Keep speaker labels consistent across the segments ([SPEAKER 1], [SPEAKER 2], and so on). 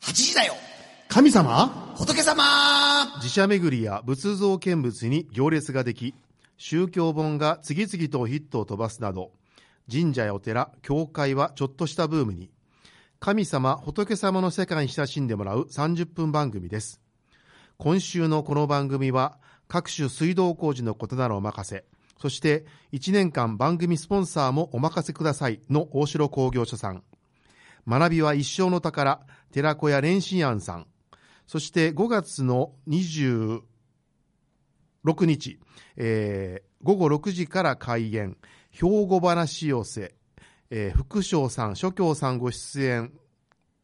[SPEAKER 1] 8時だよ
[SPEAKER 2] 神様
[SPEAKER 1] 仏様
[SPEAKER 2] 寺社巡りや仏像見物に行列ができ宗教本が次々とヒットを飛ばすなど神社やお寺教会はちょっとしたブームに神様仏様の世界に親しんでもらう30分番組です今週のこの番組は各種水道工事のことならお任せそして1年間番組スポンサーもお任せくださいの大城工業所さん学びは一生の宝寺子屋蓮心庵さんそして5月の26日、えー午後6時から開演兵庫話寄せ、えー副将さん諸教さんご出演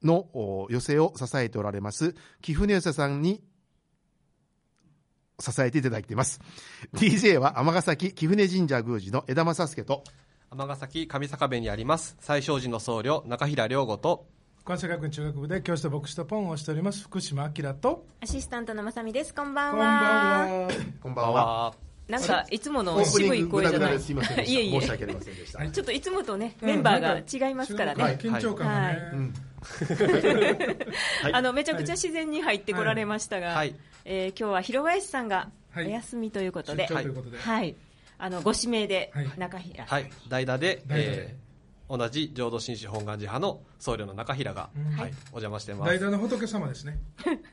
[SPEAKER 2] のお寄せを支えておられます貴船寄せさんに支えていただいています DJ は尼崎貴船神社宮司の枝正輔と
[SPEAKER 3] 尼崎上坂部にあります最小寺の僧侶中平良吾と
[SPEAKER 4] 関西学院中学部で教師と牧師とポンをしております福島明と
[SPEAKER 5] アシスタントのまさみです。こんばんは。
[SPEAKER 4] は
[SPEAKER 2] こん
[SPEAKER 3] こ
[SPEAKER 2] ば
[SPEAKER 3] ん
[SPEAKER 2] ん
[SPEAKER 3] ばん
[SPEAKER 2] は
[SPEAKER 3] は
[SPEAKER 5] なんかいつも
[SPEAKER 2] オ
[SPEAKER 5] の
[SPEAKER 2] ープニ
[SPEAKER 5] 渋
[SPEAKER 2] ン
[SPEAKER 5] い
[SPEAKER 2] ググ
[SPEAKER 5] 声
[SPEAKER 2] ダ
[SPEAKER 5] じ
[SPEAKER 2] グ
[SPEAKER 5] ゃ
[SPEAKER 2] ダ
[SPEAKER 5] ない。
[SPEAKER 2] ですいませんでし
[SPEAKER 5] いえい
[SPEAKER 2] た
[SPEAKER 5] え
[SPEAKER 2] 申し訳ありませんでした
[SPEAKER 5] ちょっといつもとね、
[SPEAKER 4] ん
[SPEAKER 5] メンバ
[SPEAKER 4] なん
[SPEAKER 5] ーが違いますからね。
[SPEAKER 4] はい緊張感がね、
[SPEAKER 5] はい
[SPEAKER 4] うん
[SPEAKER 2] はい
[SPEAKER 5] あのめちゃくちゃ自然に入ってこられましたが、
[SPEAKER 3] はい
[SPEAKER 5] えー今日は広林さんがお
[SPEAKER 4] はい
[SPEAKER 5] 休みということ
[SPEAKER 4] 出
[SPEAKER 5] で、
[SPEAKER 4] 張
[SPEAKER 5] は
[SPEAKER 4] と
[SPEAKER 5] い、
[SPEAKER 4] いうことで、
[SPEAKER 5] あのご指名で
[SPEAKER 4] はい
[SPEAKER 5] 中平、
[SPEAKER 3] はい代打で
[SPEAKER 4] 代打で
[SPEAKER 3] えー同じ浄土真宗本願寺派の僧侶の中平が、
[SPEAKER 4] うん
[SPEAKER 3] はい、お邪魔してま
[SPEAKER 4] 代
[SPEAKER 3] す
[SPEAKER 4] 打の仏様ですね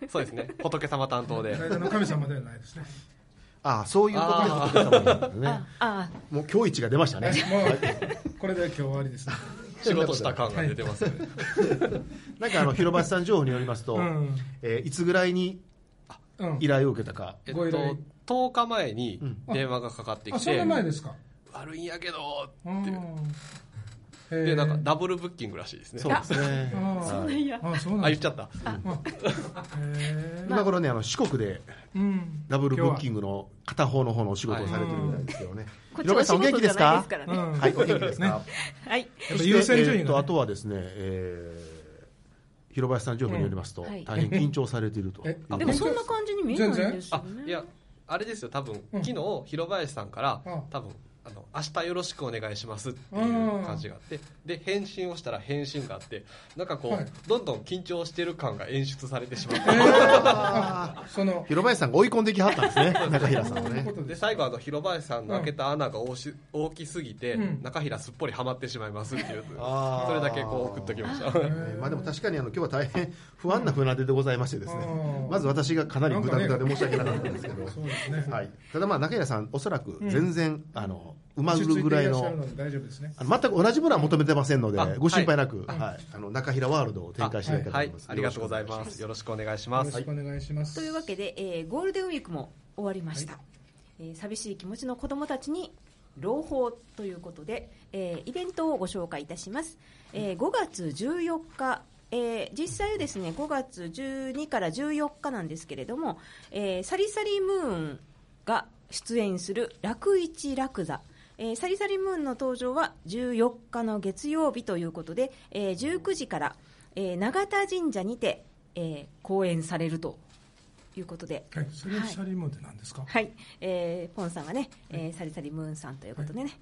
[SPEAKER 3] そうですね仏様担当で
[SPEAKER 4] 代打の神様ではないですね
[SPEAKER 2] ああそういうことです仏様なんだね
[SPEAKER 5] ああ
[SPEAKER 2] もう今日一が出ました ね
[SPEAKER 4] もうこれで今日終わりですね
[SPEAKER 3] 仕事した感が出てますよね
[SPEAKER 2] なんかあの広橋さん情報によりますと、
[SPEAKER 4] うん
[SPEAKER 2] えーいつぐらいに
[SPEAKER 4] うん
[SPEAKER 2] 依頼を受けたか、
[SPEAKER 3] えっ
[SPEAKER 4] ご依頼
[SPEAKER 3] と10日前に
[SPEAKER 2] うん
[SPEAKER 3] 電話がかかって
[SPEAKER 4] あ
[SPEAKER 3] き
[SPEAKER 4] そん
[SPEAKER 3] て、
[SPEAKER 4] な前ですか
[SPEAKER 3] 悪いんやけど
[SPEAKER 4] うん
[SPEAKER 3] っていう
[SPEAKER 4] へー
[SPEAKER 3] でなんかダブルブッキングらしいですね
[SPEAKER 2] そうですね
[SPEAKER 4] あ。ー
[SPEAKER 5] あいや
[SPEAKER 4] あそう
[SPEAKER 3] あ
[SPEAKER 4] なん
[SPEAKER 3] 言っ
[SPEAKER 4] です
[SPEAKER 3] ちゃった
[SPEAKER 4] へー
[SPEAKER 2] 今頃ねあの四国で
[SPEAKER 4] うん
[SPEAKER 2] ダブルブッキン
[SPEAKER 4] グ
[SPEAKER 2] グの片方の方のお仕事をされてるみたいですよね。
[SPEAKER 5] こっち
[SPEAKER 2] 広
[SPEAKER 5] お
[SPEAKER 2] 橋
[SPEAKER 5] 仕
[SPEAKER 2] さんお元
[SPEAKER 5] 事
[SPEAKER 2] 気
[SPEAKER 5] じ
[SPEAKER 2] で
[SPEAKER 5] ゃ
[SPEAKER 2] す
[SPEAKER 5] ないで
[SPEAKER 2] か
[SPEAKER 5] す？から
[SPEAKER 4] う
[SPEAKER 5] ね。
[SPEAKER 4] ん
[SPEAKER 2] はい、お元気ですか？
[SPEAKER 5] はい、
[SPEAKER 4] やっぱ優先順位
[SPEAKER 2] えーと
[SPEAKER 4] が
[SPEAKER 2] あ
[SPEAKER 4] ね
[SPEAKER 2] とはですね、えー、広林さん情報によりますと、
[SPEAKER 5] うんはい
[SPEAKER 2] 大変緊張されていると。
[SPEAKER 4] え
[SPEAKER 2] あ
[SPEAKER 5] でもそんな感じに見えないんですよ
[SPEAKER 3] あ
[SPEAKER 5] ね。
[SPEAKER 3] いやあれですよ多分、
[SPEAKER 4] うん
[SPEAKER 3] 昨日広林さんから、
[SPEAKER 4] うん
[SPEAKER 3] 多分あの明日よろしくお願いしますっていう感じがあって、で返信をしたら返信があってなんかこう、
[SPEAKER 4] はい
[SPEAKER 3] どんどん緊張してる感が演出されてしまっ
[SPEAKER 4] え
[SPEAKER 3] て、
[SPEAKER 4] ーあその
[SPEAKER 2] 広林さんが追い込んできはったんです ね、中平さんを
[SPEAKER 4] そうい
[SPEAKER 2] ね
[SPEAKER 4] うこ。と
[SPEAKER 3] で
[SPEAKER 4] です
[SPEAKER 3] 最後あの広林さんの開けた穴が大し大きすぎて、
[SPEAKER 4] うん
[SPEAKER 3] 中平すっぽりはまってしまいますっていう
[SPEAKER 2] あー
[SPEAKER 3] それだけこう送っときました
[SPEAKER 4] へー
[SPEAKER 2] えーまあでも確かにあの今日は大変不安な船出でございましてですね、
[SPEAKER 4] うん
[SPEAKER 2] まず私がかなりぐだぐだで申し訳なかったんですけ ど、
[SPEAKER 4] そうですね
[SPEAKER 2] はい、ただまあ中平さんおそらく全然、あの馬売るぐらい
[SPEAKER 4] 落ち着てらっしゃる
[SPEAKER 2] の
[SPEAKER 4] ので大丈夫ですね
[SPEAKER 2] あの全く同じものは求めてませんので
[SPEAKER 3] あ、
[SPEAKER 2] ご心配なく、は
[SPEAKER 4] はいい
[SPEAKER 2] あの中平ワールドを展開していただきた
[SPEAKER 3] はいい
[SPEAKER 2] と思います。
[SPEAKER 3] ありがとうございますよろしくお願いしま
[SPEAKER 4] よろ
[SPEAKER 3] す、
[SPEAKER 4] しくお願いします。
[SPEAKER 5] というわけで、えーゴールデンウィークも終わりました、えー寂しい気持ちの子どもたちに朗報ということで、えーイベントをご紹介いたします、えー5月14日えー実際はですね5月12から14日なんですけれども、えーサリサリムーンが出演する楽一楽座えーサリサリムーンの登場は14日の月曜日ということで、えー19時から、えー永田神社にて、えー公演されるということで、
[SPEAKER 4] はい、それシャリモンって何ですか。
[SPEAKER 5] はいえーポンさんがね、えーサリサリムーンさんということでね、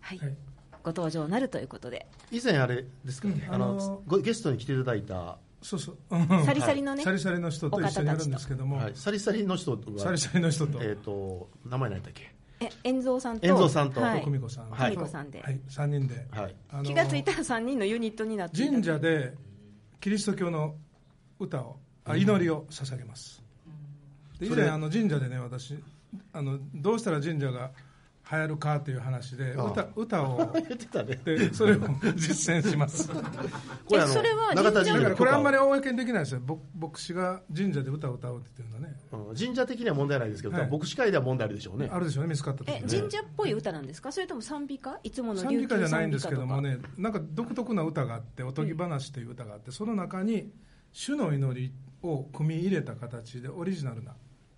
[SPEAKER 5] はい
[SPEAKER 4] はい
[SPEAKER 5] ご登場なるということで、
[SPEAKER 2] 以前あれですかね、
[SPEAKER 4] うん
[SPEAKER 2] あの
[SPEAKER 4] あの
[SPEAKER 2] ごゲストに来ていただいた、
[SPEAKER 4] そうそう。うん
[SPEAKER 5] サリサリのね、
[SPEAKER 4] シャリシャリの人と一緒にやるんですけども、
[SPEAKER 2] はい、サリサリの人が、
[SPEAKER 4] シャリシャリの人と、
[SPEAKER 2] えっ、と名前何だっけ？
[SPEAKER 5] え遠蔵さんと
[SPEAKER 2] 遠蔵さんと
[SPEAKER 5] はい
[SPEAKER 4] 久美子さん、
[SPEAKER 2] はい
[SPEAKER 5] 久美子さんで
[SPEAKER 4] はい、三人で、
[SPEAKER 2] はい。
[SPEAKER 4] あの
[SPEAKER 5] 気がついたら3人のユニットになっていた
[SPEAKER 4] 神社でキリスト教の歌を、あ祈りを捧げます。で以
[SPEAKER 2] それ
[SPEAKER 4] 前あの神社でね、私あのどうしたら神社が流行るかという話で
[SPEAKER 2] ああ
[SPEAKER 4] 歌歌を
[SPEAKER 2] 言ってたね。
[SPEAKER 4] でそれを実践します。
[SPEAKER 2] これあ
[SPEAKER 5] え
[SPEAKER 2] の
[SPEAKER 5] それは
[SPEAKER 2] 永田神
[SPEAKER 4] だ
[SPEAKER 2] 社
[SPEAKER 4] か
[SPEAKER 2] の
[SPEAKER 4] ら
[SPEAKER 2] 許
[SPEAKER 4] これ
[SPEAKER 2] 可
[SPEAKER 4] あんまり
[SPEAKER 2] を
[SPEAKER 4] 公にできないですよ。ぼ牧師が神社で歌を歌うって言ってるのはね。
[SPEAKER 2] うん神社的には問題ないですけど、
[SPEAKER 4] はい
[SPEAKER 2] 牧師会では問題あるでしょうね。
[SPEAKER 4] あるでしょうね、見つかった時
[SPEAKER 5] え
[SPEAKER 4] に
[SPEAKER 5] 神社っぽい歌なんですかそれとも賛美歌いつもの
[SPEAKER 4] 賛
[SPEAKER 5] 琉
[SPEAKER 4] 美
[SPEAKER 5] 球
[SPEAKER 4] 歌じゃない
[SPEAKER 5] 賛
[SPEAKER 4] ん
[SPEAKER 5] 美
[SPEAKER 4] で
[SPEAKER 5] 歌
[SPEAKER 4] す
[SPEAKER 5] と
[SPEAKER 4] け
[SPEAKER 5] か
[SPEAKER 4] どもね、なんか独特な歌があって、おとぎ話という歌があって、その中に、主の祈りを組み入れた形で、オリジナルな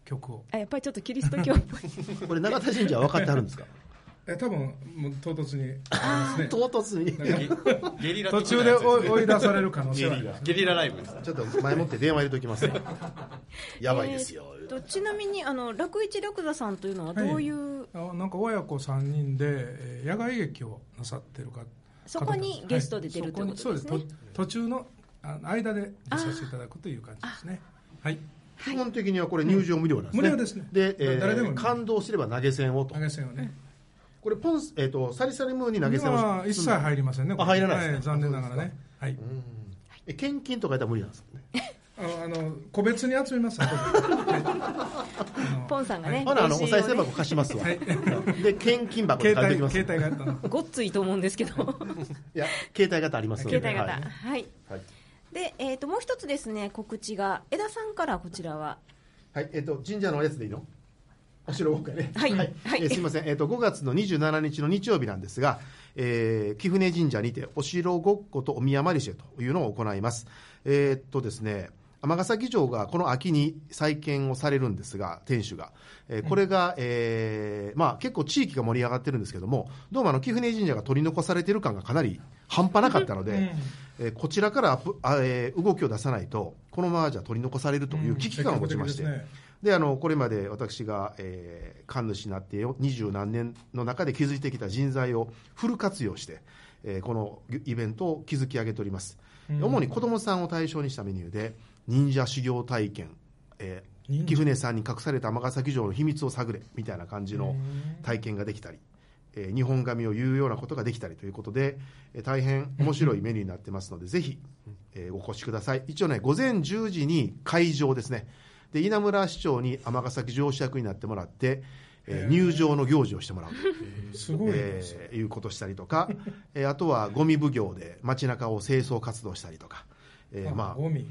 [SPEAKER 4] 曲を、
[SPEAKER 5] あやっぱりちょっとキリスト教っ ぽい
[SPEAKER 2] これ永田神社は分かってあるんですか？
[SPEAKER 4] え多分もう唐突にありますね、
[SPEAKER 2] 唐突に。
[SPEAKER 3] ゲリラ
[SPEAKER 4] 途
[SPEAKER 3] 的な
[SPEAKER 4] 中で
[SPEAKER 3] やつ
[SPEAKER 4] 追
[SPEAKER 3] す
[SPEAKER 4] い
[SPEAKER 3] ね
[SPEAKER 4] 追い出される可能性はあります。
[SPEAKER 3] ゲリラライブです
[SPEAKER 2] ちょっと前もって電話入れときますね。 やばいですよ。
[SPEAKER 5] えーとちなみにあの楽一楽座さんというのはどういう、
[SPEAKER 4] あなんか親子3人で、えー野外劇をなさってるか
[SPEAKER 5] そこに
[SPEAKER 4] 方なんです
[SPEAKER 5] ゲストで出るということですね
[SPEAKER 4] そこにそうですと途中のあの間で受賞していただくという感じですね。はい。
[SPEAKER 2] 基本的にはこれ入場無料なんですね。
[SPEAKER 4] 無料ですね
[SPEAKER 2] で、えー
[SPEAKER 4] 誰でも
[SPEAKER 2] 感動すれば投げ銭をと
[SPEAKER 4] 投。げ銭をね。
[SPEAKER 2] これポンス、えっ、と、サリサリムーンに投げ銭を
[SPEAKER 4] 今は一切入りませんね。
[SPEAKER 2] あ入らないですね
[SPEAKER 4] は残念ながらね。はい。
[SPEAKER 2] うんえ献金とかやったら無理なんですよね。
[SPEAKER 4] あのあの個別に集め ます。後で
[SPEAKER 5] ポンさんがね、
[SPEAKER 2] ほな、あの、お
[SPEAKER 5] ご
[SPEAKER 2] 賽
[SPEAKER 5] 支援を
[SPEAKER 2] 銭箱貸しますわ
[SPEAKER 4] はい。
[SPEAKER 2] で、献金箱に
[SPEAKER 4] 携
[SPEAKER 2] 借りてきま
[SPEAKER 4] 帯
[SPEAKER 2] す。
[SPEAKER 4] 携帯があったの。
[SPEAKER 5] ごっついと思うんですけど、
[SPEAKER 2] いや、携帯型ありますの
[SPEAKER 5] 携
[SPEAKER 2] で。
[SPEAKER 5] 帯型、
[SPEAKER 2] は
[SPEAKER 5] はいい、
[SPEAKER 2] はい。
[SPEAKER 5] で、えっ、ともう一つですね、告知が江田さんからこちらは、
[SPEAKER 2] はい、えっ、と、神社のやつでいいのお城豪華ね。
[SPEAKER 5] はいはい
[SPEAKER 2] えーすみません。えっ、と、5月の27日の日曜日なんですが、えー、貴船神社にて、お城ごっことお宮参りシェというのを行います。えーっとですね、尼崎城がこの秋に再建をされるんですが、天守が。えーこれが、えーまあ結構地域が盛り上がってるんですけども、どうもあの、貴船神社が取り残されてる感がかなり半端なかったので、えーこちらからアップあ、えー動きを出さないと、このままじゃ取り残されるという危機感を持ちまして、
[SPEAKER 4] うん積極的ですね
[SPEAKER 2] であのこれまで私が、えー神主になってよ二十何年の中で築いてきた人材をフル活用して、えーこのイベントを築き上げております、主に子どもさんを対象にしたメニューで忍者修行体験、え
[SPEAKER 4] 忍
[SPEAKER 2] ー、
[SPEAKER 4] 者
[SPEAKER 2] 貴船さんに隠された尼崎城の秘密を探れみたいな感じの
[SPEAKER 4] うん
[SPEAKER 2] 体験ができたり、えー日本髪を言うようなことができたりということで、えー大変面白いメニューになってますので、ぜひ、えーお越しください。一応ね、午前10時に会場ですね。で、稲村市長に尼崎城主役になってもらって、えー入場の行事をしてもらう
[SPEAKER 4] すごい
[SPEAKER 2] え
[SPEAKER 4] です。
[SPEAKER 2] ーいうことしたりとか、えーあとはゴミ奉行で街中を清掃活動したりとか、えーまあ、
[SPEAKER 4] ゴミ。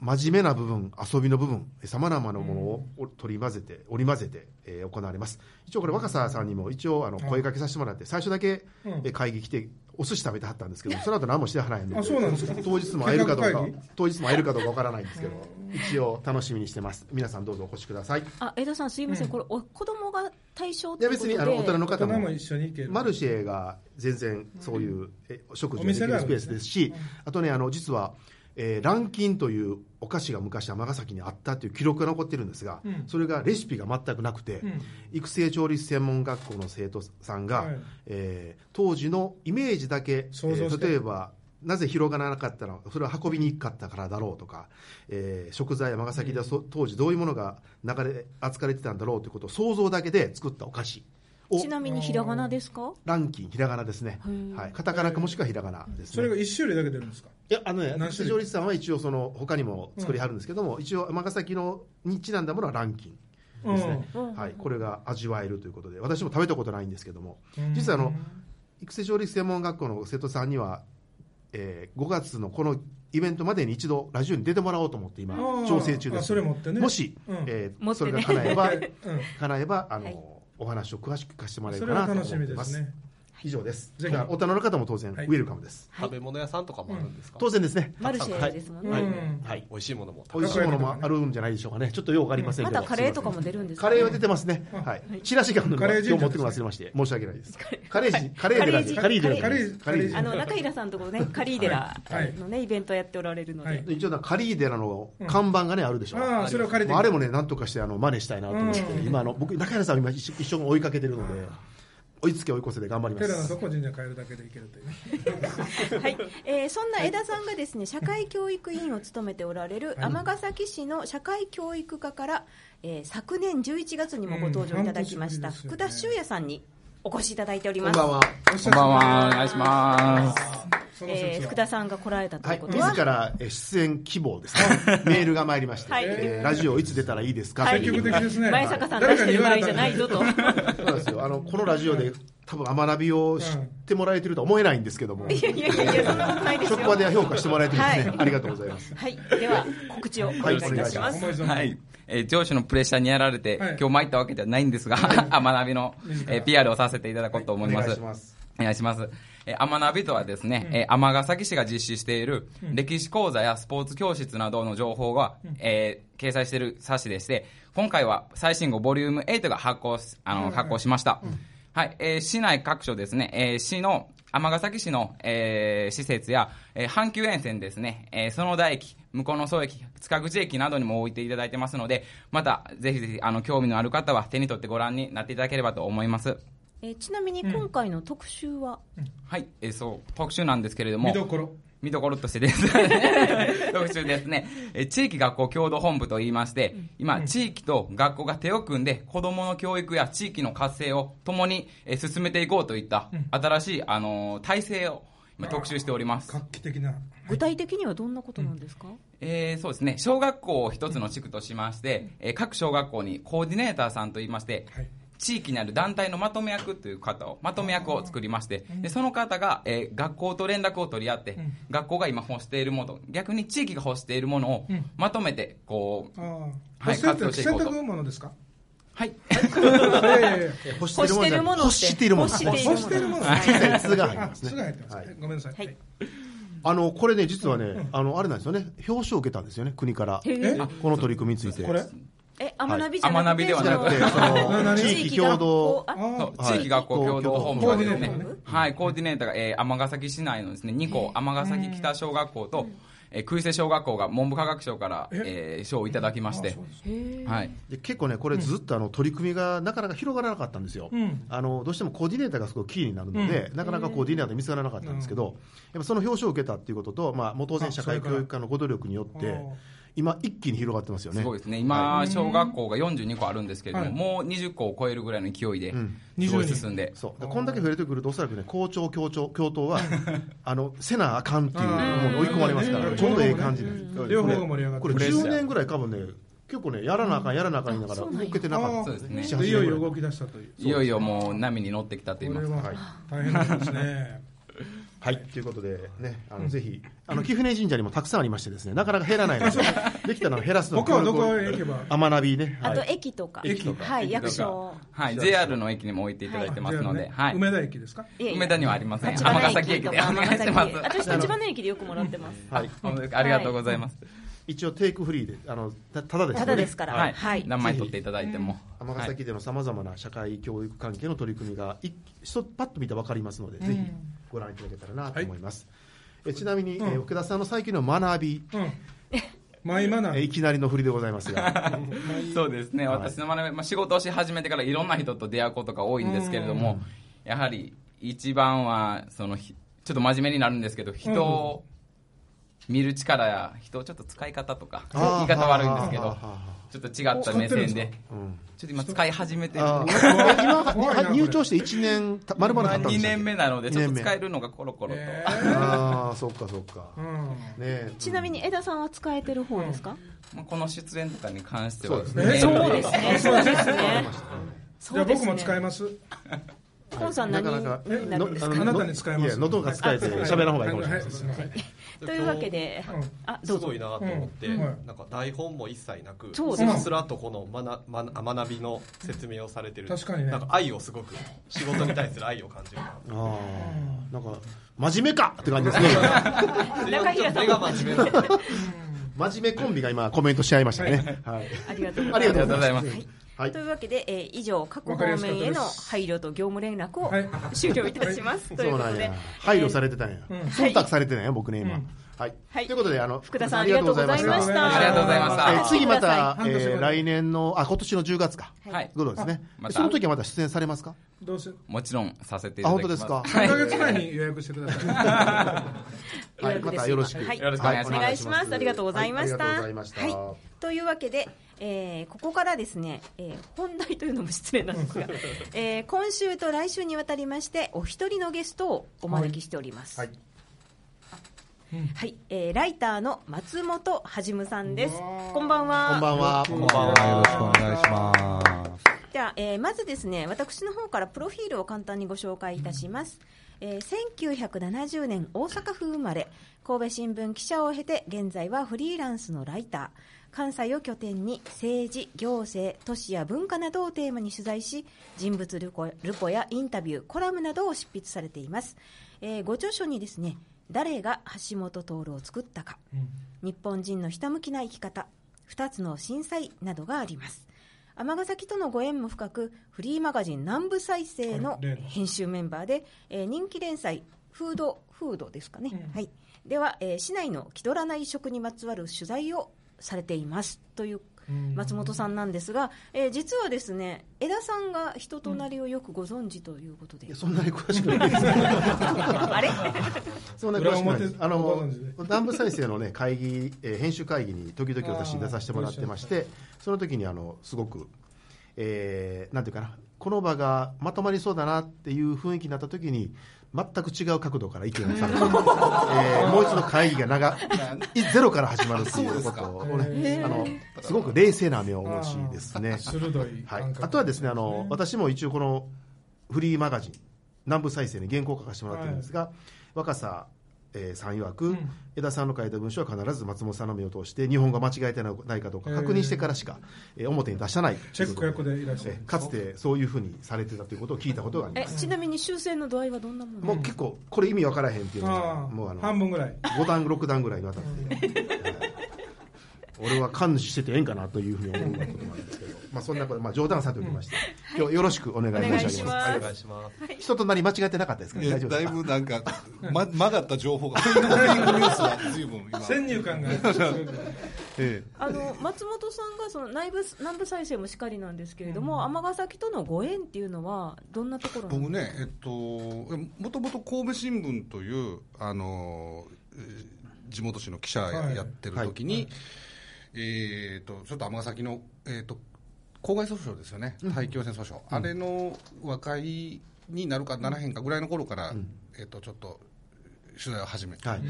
[SPEAKER 2] 真面目な部分、遊びの部分、さまざまなものを取り混ぜて、織り交ぜて、えー行われます。一応これ若狭さんにも一応あの
[SPEAKER 4] はい
[SPEAKER 2] 声かけさせてもらって、最初だけ、
[SPEAKER 4] うん
[SPEAKER 2] えー会議来てお寿司食べてはったんですけど、その後何もしてはらへんので、
[SPEAKER 4] あそうなんですか
[SPEAKER 2] 当日も会えるかどう
[SPEAKER 4] 計画
[SPEAKER 2] か
[SPEAKER 4] 会議、
[SPEAKER 2] 当日も会えるかどうかわからないんですけど、一応楽しみにしてます。皆さんどうぞお越しください。い
[SPEAKER 5] あ江田さんすいません、
[SPEAKER 4] うん
[SPEAKER 5] これお子供が対象とい
[SPEAKER 2] や
[SPEAKER 5] うこと
[SPEAKER 2] 別
[SPEAKER 5] で、
[SPEAKER 2] にあの大人の
[SPEAKER 4] 大
[SPEAKER 2] 方
[SPEAKER 4] 人
[SPEAKER 2] も
[SPEAKER 4] も一緒に行ける。
[SPEAKER 2] マルシェが全然そういうえ食事が
[SPEAKER 4] お
[SPEAKER 2] でき
[SPEAKER 4] 店が
[SPEAKER 2] る
[SPEAKER 4] ある
[SPEAKER 2] ス
[SPEAKER 4] ん
[SPEAKER 2] ペー
[SPEAKER 4] です
[SPEAKER 2] ス
[SPEAKER 4] ね
[SPEAKER 2] ですし、あとね、あの実は、えーランキンというお菓子が昔、尼崎にあったという記録が残ってるんですが、
[SPEAKER 4] うん
[SPEAKER 2] それがレシピが全くなくて、
[SPEAKER 4] うん
[SPEAKER 2] 育成調理師専門学校の生徒さんが、
[SPEAKER 4] はい
[SPEAKER 2] えー当時のイメージだけ、え
[SPEAKER 4] 想像し
[SPEAKER 2] ー
[SPEAKER 4] て
[SPEAKER 2] 例えば、なぜ広がらなかったのそれは運びにくかったからだろうとか、えー食材や尼崎ではそ当時どういうものが流れ扱われてたんだろうということを想像だけで作ったお菓子を
[SPEAKER 5] ちなみにひらがなですか？
[SPEAKER 2] ランキン、ひらがなですね
[SPEAKER 5] へー。
[SPEAKER 2] はい、カタカナかもしくはひらがなですね。
[SPEAKER 4] それが一種類だけ出るんですか。
[SPEAKER 2] いや、あのね、
[SPEAKER 4] 何種類
[SPEAKER 2] 成立さんは一応その、他にも作りはるんですけども、一応、尼崎のにちなんだものはランキンですね。
[SPEAKER 5] うん
[SPEAKER 2] はい、これが味わえるということで、私も食べたことないんですけども、
[SPEAKER 4] うん
[SPEAKER 2] 実はあの、育成調理師専門学校の生徒さんには、えー5月のこのイベントまでに一度ラジオに出てもらおうと思って今
[SPEAKER 4] あー
[SPEAKER 2] 調整中です
[SPEAKER 4] あそれ持ってね
[SPEAKER 2] もし、
[SPEAKER 4] うん
[SPEAKER 2] えー
[SPEAKER 5] 持って
[SPEAKER 2] そ
[SPEAKER 5] ね
[SPEAKER 2] れが叶え ば
[SPEAKER 4] はいうん
[SPEAKER 2] 叶えばあの、
[SPEAKER 5] はい
[SPEAKER 2] お話を詳しく聞かせてもらえ
[SPEAKER 4] そ
[SPEAKER 2] る
[SPEAKER 4] れ
[SPEAKER 2] か
[SPEAKER 4] は
[SPEAKER 2] なと思っ
[SPEAKER 4] 楽してみで
[SPEAKER 2] ますす
[SPEAKER 4] ね。
[SPEAKER 2] 以上です。だ
[SPEAKER 4] ぜひ
[SPEAKER 2] から大人の方も当然ウ
[SPEAKER 4] はい
[SPEAKER 2] ェルカムです。
[SPEAKER 5] はい
[SPEAKER 3] 食べ物屋さんとかもあるんですか、
[SPEAKER 2] 当然ですね。
[SPEAKER 5] マルシェですもんね。
[SPEAKER 2] はい
[SPEAKER 4] うん
[SPEAKER 2] はい。
[SPEAKER 3] 美味しいものもた
[SPEAKER 2] 美
[SPEAKER 3] く
[SPEAKER 2] 味し
[SPEAKER 3] さん
[SPEAKER 2] いものもあるんじゃないでしょうかね。ちょっとようわかりません
[SPEAKER 5] ま
[SPEAKER 2] けど。
[SPEAKER 5] たカレーとかも
[SPEAKER 2] すい
[SPEAKER 5] 出るんで
[SPEAKER 2] ますせん
[SPEAKER 5] か、
[SPEAKER 2] カレーは出てますね。
[SPEAKER 4] あ
[SPEAKER 2] はい。チラシがあるの
[SPEAKER 4] カレー
[SPEAKER 2] で、今
[SPEAKER 4] 神社
[SPEAKER 2] 日持ってきませんまして、申し訳ないです。カレー神、カレー寺です。
[SPEAKER 5] カ
[SPEAKER 2] カ
[SPEAKER 5] レ
[SPEAKER 2] レ
[SPEAKER 5] ー
[SPEAKER 2] ー
[SPEAKER 5] 寺
[SPEAKER 2] 寺です。
[SPEAKER 4] カ
[SPEAKER 2] カ
[SPEAKER 4] レ
[SPEAKER 2] レ
[SPEAKER 4] ー
[SPEAKER 2] ー
[SPEAKER 4] 神
[SPEAKER 5] あ
[SPEAKER 2] 寺。
[SPEAKER 5] の中平さんところね、カリー寺
[SPEAKER 4] はい
[SPEAKER 5] のねイベントやっておられるので、
[SPEAKER 4] はい
[SPEAKER 2] 一応な、カリー寺の看板がね、あるでしょ。
[SPEAKER 4] ああ、それを借りて。
[SPEAKER 2] まああれもね、なんとかしてあの真似したいなと思って、
[SPEAKER 4] うん
[SPEAKER 2] 今あの、僕、中原さんを今一一生追いかけてるので、追いつけ追い越せで頑張りま
[SPEAKER 4] 寺の
[SPEAKER 2] す
[SPEAKER 4] ど。こ神社変えるだけで行けるというね。
[SPEAKER 5] はい、えーそんな江田さんがですね、社会教育委員を務めておられる
[SPEAKER 4] はい
[SPEAKER 5] 尼崎市の社会教育課から、えー昨年11月にもご登場いただきました、
[SPEAKER 4] うん
[SPEAKER 5] 福田修也さんにお越しいただいており
[SPEAKER 2] こ
[SPEAKER 5] ま
[SPEAKER 2] ん
[SPEAKER 5] す
[SPEAKER 2] ば。んは。
[SPEAKER 1] こんばんは、お願いします。
[SPEAKER 4] その
[SPEAKER 5] え
[SPEAKER 4] 説
[SPEAKER 5] ー
[SPEAKER 4] は
[SPEAKER 5] 福田さんが来られたと
[SPEAKER 2] は
[SPEAKER 5] いう
[SPEAKER 2] い、
[SPEAKER 5] ことは、
[SPEAKER 2] 自らえー出演希望ですね、メールが参りまして、
[SPEAKER 5] はい
[SPEAKER 2] えーラジオいつ出たらいいですか、
[SPEAKER 5] はい
[SPEAKER 2] という
[SPEAKER 4] 積極的ですね。
[SPEAKER 5] 前坂さん出してる場合じゃないぞと。
[SPEAKER 2] そうなんですよあのこのラジオで、多分アマラビを知ってもらえてるとは思えないんですけども、
[SPEAKER 5] いやいやいやいや、そんなことないです
[SPEAKER 2] 職場
[SPEAKER 5] よ。
[SPEAKER 2] では評価してもらえてるんですね、
[SPEAKER 5] はい
[SPEAKER 2] ありがとうございます。
[SPEAKER 5] はい、では告知をお願いいたし
[SPEAKER 4] 誰か
[SPEAKER 5] ま
[SPEAKER 4] に
[SPEAKER 5] す
[SPEAKER 4] 言わ。れたんで
[SPEAKER 1] は。い。えー上司のプレッシャーにやられて、
[SPEAKER 4] はい
[SPEAKER 1] 今日参ったわけではないんですが、 アマナビの、
[SPEAKER 4] 自ら
[SPEAKER 1] えー PR をさせていただこうと思います。
[SPEAKER 2] お願いします
[SPEAKER 1] お願いします。えー、アマナビとはですね、えー、尼崎市が実施している歴史講座やスポーツ教室などの情報が、えー掲載している冊子でして、今回は最新号ボリューム8が発行し、あの、発行しました。はい、えー市内各所ですね、えー市の、尼崎市の、えー施設や、えー阪急沿線ですね、えー園田駅、向こうの総駅、塚口駅などにも置いていただいてますので、また、ぜひぜひ、あの、興味のある方は手に取ってご覧になっていただければと思います。
[SPEAKER 5] えーちなみに今回の特集は、
[SPEAKER 1] はい、えーそう、特集なんですけれども、
[SPEAKER 4] 見どころ。
[SPEAKER 1] 見どころとしてです、特集ですね、 え地域学校共同本部といいまして、今、地域と学校が手を組んで、子どもの教育や地域の活性を共にえー進めていこうといった、新しい、あのー体制を今、特集しております。
[SPEAKER 4] 画期的な
[SPEAKER 5] 具体的にはどんなことなんですか、
[SPEAKER 1] えーそうですね小学校を一つの地区としまして、えー各小学校にコーディネーターさんといいまして、
[SPEAKER 4] はい
[SPEAKER 1] 地域にある団体のまとめ役という方をまとめ役を作りましてでその方が、えー学校と連絡を取り合って、
[SPEAKER 4] ん
[SPEAKER 1] 学校が今欲しているもの逆に地域が欲しているものを
[SPEAKER 4] うん
[SPEAKER 1] まとめてこう、
[SPEAKER 4] ああ
[SPEAKER 1] はい
[SPEAKER 4] それって
[SPEAKER 1] 活動してい
[SPEAKER 4] 洗
[SPEAKER 1] こうと
[SPEAKER 4] 濯物 ですか
[SPEAKER 1] はい
[SPEAKER 4] いやいやいや
[SPEAKER 2] 干
[SPEAKER 5] 欲してるもの
[SPEAKER 2] 欲しているもの
[SPEAKER 5] 欲
[SPEAKER 2] じゃない
[SPEAKER 5] して
[SPEAKER 2] い
[SPEAKER 5] る
[SPEAKER 4] 干してるもの
[SPEAKER 5] はい
[SPEAKER 2] 干してるもの筒が入ってますね
[SPEAKER 4] 筒が入ってますね
[SPEAKER 2] はい
[SPEAKER 4] ごめんなさい、
[SPEAKER 5] はい
[SPEAKER 2] あのこれね実はねあのあれなんですよね表彰を受けたんですよね国から
[SPEAKER 5] へえ
[SPEAKER 2] この取り組みについて
[SPEAKER 4] これ
[SPEAKER 5] え、アマナビじゃなくて、
[SPEAKER 1] はい
[SPEAKER 5] その
[SPEAKER 1] アマナビではなくて
[SPEAKER 2] その
[SPEAKER 5] 地
[SPEAKER 2] 地域共同
[SPEAKER 5] 学校あ
[SPEAKER 1] そう
[SPEAKER 2] はい
[SPEAKER 1] 地域学校共同本部がですね
[SPEAKER 4] コーディネーターね、
[SPEAKER 1] はい、コーディネーターが、えー、尼崎市内のですね、2校、尼崎北小学校と、えー、空瀬小学校が文部科学省から、えー賞をいただきまして、はい、
[SPEAKER 2] で結構ね、これずっとあの取り組みがなかなか広がらなかったんですよ、
[SPEAKER 4] うん
[SPEAKER 2] あのどうしてもコーディネーターがすごいキーになるので、なかなかコーディネーター見つからなかったんですけど、やっぱその表彰を受けたっていうことと、まあ、もう当然、社会教育課のご努力によっ
[SPEAKER 4] あ
[SPEAKER 2] て、今、一気に広がってますよね。
[SPEAKER 1] すごいですね。今、小学校が42個あるんですけれども、
[SPEAKER 4] はい
[SPEAKER 1] もう20個を超えるぐらいの勢いで
[SPEAKER 2] ん、
[SPEAKER 1] すごい進んで。
[SPEAKER 2] そうでこんだけ増えてくると、おそらくね、校長、教長、教頭 は、あのせなあかんっていう、もう追い込まれますか
[SPEAKER 4] う
[SPEAKER 2] ら、
[SPEAKER 4] ん
[SPEAKER 2] ちょうどええ感じで
[SPEAKER 4] ん両方が盛り上がって
[SPEAKER 2] これ、
[SPEAKER 4] プレッシャー
[SPEAKER 2] 10年ぐらい、多分ね、結構ね、やらなあかん、やらなあかん言いながら、動けてなかっ
[SPEAKER 1] そ
[SPEAKER 2] た
[SPEAKER 1] うですね
[SPEAKER 2] 7 8
[SPEAKER 4] でい
[SPEAKER 2] 年
[SPEAKER 4] よい
[SPEAKER 2] ぐら
[SPEAKER 4] よ動き出したという
[SPEAKER 1] いよいよもう波に乗ってきたと言い
[SPEAKER 4] こ
[SPEAKER 1] ま
[SPEAKER 4] れ
[SPEAKER 1] す。
[SPEAKER 4] は大変なんですね
[SPEAKER 2] はい、ということで、ね、あの、ぜひ、あの、貴船神社にもたくさんありましてですね、なかなか減ら ないので、できたら減らすの
[SPEAKER 4] 僕はどこへ行けば
[SPEAKER 2] アマナビね。
[SPEAKER 5] あ
[SPEAKER 2] は
[SPEAKER 5] と
[SPEAKER 2] い。
[SPEAKER 5] 駅とか、
[SPEAKER 4] 駅とか
[SPEAKER 5] はい、役所。
[SPEAKER 1] はい、JR の駅にも置いていただいてますので、はい。
[SPEAKER 4] 梅田駅ですか
[SPEAKER 5] いやいや
[SPEAKER 1] 梅田にはありません。
[SPEAKER 5] 立花
[SPEAKER 1] 尼崎駅
[SPEAKER 5] と
[SPEAKER 1] でお
[SPEAKER 5] か
[SPEAKER 1] 願いします。
[SPEAKER 5] 尼崎駅私、立花駅でよくもらってます。
[SPEAKER 2] はい。
[SPEAKER 1] 本当ですかありがとうございます。
[SPEAKER 2] 一応、テイクフリーで、あの、たただです
[SPEAKER 5] ただですから、
[SPEAKER 1] はい。
[SPEAKER 5] はい。
[SPEAKER 1] 名前取っていただいても。
[SPEAKER 2] 尼崎でのさまざまな社会教育関係の取り組みが、い一パッと見たら分かりますので、ぜひご覧いただけたらなと思います。えちなみに、えー福田さんの最近の学び、
[SPEAKER 4] うんマイマナ
[SPEAKER 2] え
[SPEAKER 4] ー
[SPEAKER 2] いきなりの振りでございます が、
[SPEAKER 1] そうですね、
[SPEAKER 2] はい
[SPEAKER 1] 私の学び、まあ、仕事をし始めてからいろんな人と出会うことが多いんですけれども、やはり一番はそのひちょっと真面目になるんですけど人を見る力や人をちょっと使い方とか言い方悪いんですけ
[SPEAKER 2] あーは
[SPEAKER 1] ど
[SPEAKER 2] ーはーは
[SPEAKER 1] ちょっと違った
[SPEAKER 4] 使っ
[SPEAKER 1] 目線
[SPEAKER 4] てる
[SPEAKER 1] で
[SPEAKER 4] んで
[SPEAKER 2] ーうん
[SPEAKER 1] ちょっと今使い始めてる
[SPEAKER 2] あ
[SPEAKER 1] 2
[SPEAKER 2] ー
[SPEAKER 4] 怖いな
[SPEAKER 2] 今、入庁して1年た、まるまる経ったんですよ
[SPEAKER 1] 年目なのでちょっと
[SPEAKER 2] 二年目
[SPEAKER 1] 使えるのがコロコロと、
[SPEAKER 4] え
[SPEAKER 2] ああ、そっかそっか。
[SPEAKER 4] ーう
[SPEAKER 2] ね
[SPEAKER 4] ん
[SPEAKER 2] え。
[SPEAKER 5] ちなみに江田さんは使えてる方ですか、
[SPEAKER 1] まあ、この出演とかに関しては
[SPEAKER 2] そうです
[SPEAKER 4] ね
[SPEAKER 1] メール
[SPEAKER 4] そう
[SPEAKER 5] ですね。そうですね。
[SPEAKER 4] じゃあ僕も使えます
[SPEAKER 5] す。コンさん何
[SPEAKER 2] なかなか
[SPEAKER 5] になるんです
[SPEAKER 2] あ
[SPEAKER 5] か
[SPEAKER 2] の
[SPEAKER 4] あなたに使え
[SPEAKER 2] い
[SPEAKER 4] ま
[SPEAKER 2] や
[SPEAKER 4] す
[SPEAKER 2] 喉が使えて喋らん方がいいかもしれないです
[SPEAKER 4] ははは
[SPEAKER 5] というわけで、あ、ど
[SPEAKER 3] す
[SPEAKER 5] うぞ
[SPEAKER 3] ごい。なと思って、
[SPEAKER 4] うんうん
[SPEAKER 3] なんか台本も一切なく、
[SPEAKER 5] そ
[SPEAKER 4] です
[SPEAKER 5] う
[SPEAKER 3] す
[SPEAKER 4] ね
[SPEAKER 3] らすらとこの学学学びの説明をされてる、
[SPEAKER 4] 確かにね
[SPEAKER 3] なんか愛をすごく、仕事に対する愛を感じるな
[SPEAKER 2] ああ、なんか真面目かって感じですね。
[SPEAKER 5] 中平さん
[SPEAKER 3] 目が真面目な
[SPEAKER 2] 真面目コンビが今コメントし合いましたね。はい。
[SPEAKER 5] ありがとう
[SPEAKER 2] ありがとう
[SPEAKER 1] ありがとうございます
[SPEAKER 5] はい
[SPEAKER 2] はい
[SPEAKER 5] と。いうわけで、えー以上、各
[SPEAKER 4] わ
[SPEAKER 5] 方
[SPEAKER 4] かりやすかった
[SPEAKER 5] 面
[SPEAKER 4] です
[SPEAKER 5] への配慮と業務連絡を
[SPEAKER 4] はい
[SPEAKER 5] 終了いたします。とい
[SPEAKER 2] そうう
[SPEAKER 5] こ
[SPEAKER 2] な
[SPEAKER 5] と
[SPEAKER 2] ん
[SPEAKER 5] で
[SPEAKER 2] や、。配慮されてたんや。忖度されてたんや僕ね
[SPEAKER 4] う
[SPEAKER 2] 今
[SPEAKER 4] ん。
[SPEAKER 2] はい
[SPEAKER 5] は。い
[SPEAKER 2] ということであの
[SPEAKER 5] 福田さんありがとうございました。
[SPEAKER 1] ありがとうございました
[SPEAKER 2] えー次また
[SPEAKER 4] 半年後
[SPEAKER 2] えー来年のあ今年の10月か。
[SPEAKER 1] はい
[SPEAKER 2] ということですね
[SPEAKER 1] ま。た
[SPEAKER 2] その時はまた出演されますか。
[SPEAKER 4] どうせ
[SPEAKER 1] もちろんさせてい
[SPEAKER 2] あ
[SPEAKER 1] ただ
[SPEAKER 2] 本
[SPEAKER 1] き
[SPEAKER 2] 当
[SPEAKER 1] ま
[SPEAKER 2] ですすか。
[SPEAKER 4] 3ヶ月前に予約してください
[SPEAKER 5] 予
[SPEAKER 2] はい
[SPEAKER 5] 約
[SPEAKER 2] ま
[SPEAKER 5] です
[SPEAKER 2] たよろしく。
[SPEAKER 5] 今はい
[SPEAKER 1] よろしくお願いします
[SPEAKER 5] お願いします。ありがとうございまし
[SPEAKER 2] はあり
[SPEAKER 5] た。
[SPEAKER 2] がとうございました。
[SPEAKER 5] はいというわけで、えーここからですね、えー本題というのも失礼なんですが、 えー今週と来週にわたりまして、お一人のゲストをお招きしております。
[SPEAKER 2] は
[SPEAKER 5] はいい、えーライターの松本はじむさんです。こんばんは。
[SPEAKER 2] こんばんは。
[SPEAKER 6] こんばんは。よろしくお願いします。
[SPEAKER 5] では、えーまずですね私の方からプロフィールを簡単にご紹介いたします、えー1970年大阪府生まれ神戸新聞記者を経て現在はフリーランスのライター関西を拠点に政治行政都市や文化などをテーマに取材し人物ルポルポやインタビューコラムなどを執筆されています、えーご著書にですね誰が橋本徹を作ったか、 日本人のひたむきな生き方2つの震災などがあります尼崎とのご縁も深くフリーマガジン南部再生の
[SPEAKER 4] はい例の
[SPEAKER 5] 編集メンバーで、えー人気連載「フードフード」ですかね、はい、では、えー市内の気取らない食にまつわる取材をされていますという
[SPEAKER 4] うん
[SPEAKER 5] 松本さんなんですが、えー実はですね江田さんが人となりをよくご存知ということで、
[SPEAKER 2] いやそんなに詳しくないです。
[SPEAKER 5] あれ
[SPEAKER 2] そんなに詳しくないです。
[SPEAKER 4] 裏表
[SPEAKER 2] あ
[SPEAKER 4] ご
[SPEAKER 2] の
[SPEAKER 4] 存知で
[SPEAKER 2] 南部再生のね会議、えー編集会議に時々私出させてもらってまして、その時にあのすごく、えーなんていうかなこの場がまとまりそうだなっていう雰囲気になった時に。全く違う角度から意見をされて、えーもう一度会議が長いゼロから始まるっていうことをね、あのすごく冷静な目をお持ちですね。
[SPEAKER 4] 鋭い
[SPEAKER 2] はい
[SPEAKER 4] 感、覚
[SPEAKER 2] あとはですねあの、私も一応このフリーマガジン南部再生に原稿を書かせてもらってるんですが、若狭、えーさん曰く、
[SPEAKER 4] うん
[SPEAKER 2] 江田さんの書いた文章は必ず松本さんの目を通して日本が間違えてないかどうか確認してからしか、えー表に出さない
[SPEAKER 4] チェック役でいらっしゃるんです
[SPEAKER 2] えーかつてそういうふうにされてたということを聞いたことがあり
[SPEAKER 5] え
[SPEAKER 2] ます、
[SPEAKER 5] ちなみに修正の度合いはどんなもの
[SPEAKER 2] もう結構これ意味わからへんっていうのが
[SPEAKER 4] ああ
[SPEAKER 2] もうあの
[SPEAKER 4] 半分ぐらい
[SPEAKER 2] 5段6段ぐらいにわたって、はい俺は感知しててええんかなというふうに思うことなんですけど、まあ、そんなこと、まあ、冗談はさておきまして、今日よろしくお願い申し上げます
[SPEAKER 5] お願いし
[SPEAKER 3] お願いします。
[SPEAKER 2] 人となり間違えてなかったですか
[SPEAKER 6] いや
[SPEAKER 2] 大丈夫
[SPEAKER 6] だ
[SPEAKER 2] で
[SPEAKER 6] い
[SPEAKER 2] すか
[SPEAKER 6] ぶなんか、ま、曲がった 情報が、フェイクニュースが随分今。
[SPEAKER 4] 先入観が
[SPEAKER 6] え
[SPEAKER 5] あの松本さんがその内部南部再生もしかりなんですけれども尼、崎とのご縁っていうのはどんなところ
[SPEAKER 6] え
[SPEAKER 5] なん
[SPEAKER 6] 僕ね、えっと、もともと神戸新聞という、あの、えー地元紙の記者やってる時に、えっと、ちょっと尼崎の、えっと、公害訴訟ですよね、大気汚染訴訟、あれの和解になるかならへんかぐらいの頃から、えっと、ちょっと取材を始めて、
[SPEAKER 2] はい